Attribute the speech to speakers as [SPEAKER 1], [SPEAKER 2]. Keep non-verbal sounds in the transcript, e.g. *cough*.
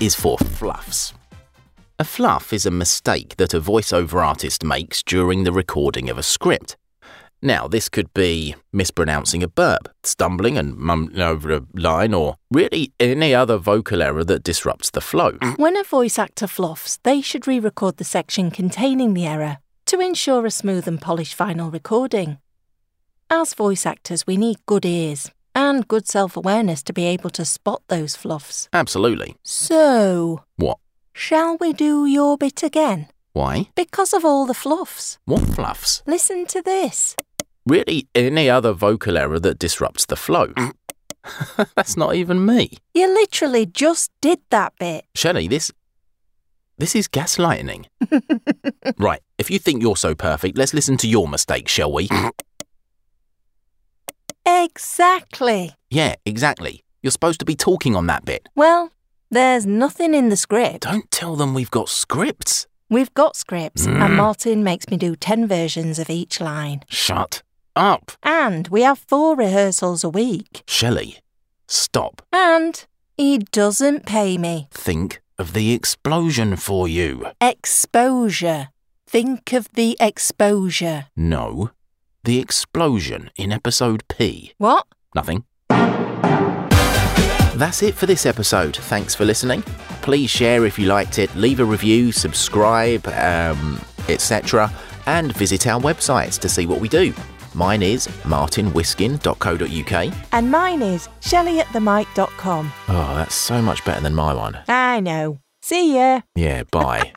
[SPEAKER 1] is for fluffs. A fluff is a mistake that a voiceover artist makes during the recording of a script. Now, this could be mispronouncing a burp, stumbling and mumbling over a line, or really any other vocal error that disrupts the flow.
[SPEAKER 2] When a voice actor fluffs, they should re record the section containing the error to ensure a smooth and polished final recording. As voice actors, we need good ears and good self awareness to be able to spot those fluffs.
[SPEAKER 1] Absolutely.
[SPEAKER 2] So,
[SPEAKER 1] What?
[SPEAKER 2] shall we do your bit again?
[SPEAKER 1] Why?
[SPEAKER 2] Because of all the fluffs.
[SPEAKER 1] What fluffs?
[SPEAKER 2] Listen to this.
[SPEAKER 1] Really any other vocal error that disrupts the flow. *laughs* That's not even me.
[SPEAKER 2] You literally just did that bit.
[SPEAKER 1] Shelley, this this is gaslighting. right, if you think you're so perfect, let's listen to your mistake, shall we?
[SPEAKER 2] Exactly.
[SPEAKER 1] yeah, exactly. You're supposed to be talking on that bit.
[SPEAKER 2] Well, there's nothing in the script.
[SPEAKER 1] Don't tell them we've got scripts.
[SPEAKER 2] We've got scripts,
[SPEAKER 1] Mm.
[SPEAKER 2] and Martin makes me do 10 versions of each line.
[SPEAKER 1] Shut up,
[SPEAKER 2] And we have four rehearsals a week.
[SPEAKER 1] Shelley. Stop.
[SPEAKER 2] And he doesn't pay me.
[SPEAKER 1] Think of the explosion for you.
[SPEAKER 2] Exposure. Think of the exposure.
[SPEAKER 1] No. The explosion in episode P.
[SPEAKER 2] What?
[SPEAKER 1] Nothing. That's it for this episode. Thanks for listening. Please share if you liked it, leave a review, subscribe, um, etc. And visit our websites to see what we do. Mine is martinwhiskin.co.uk.
[SPEAKER 2] And mine is shelleyatthemic.com.
[SPEAKER 1] Oh, that's so much better than my one.
[SPEAKER 2] I know. See ya.
[SPEAKER 1] Yeah, bye.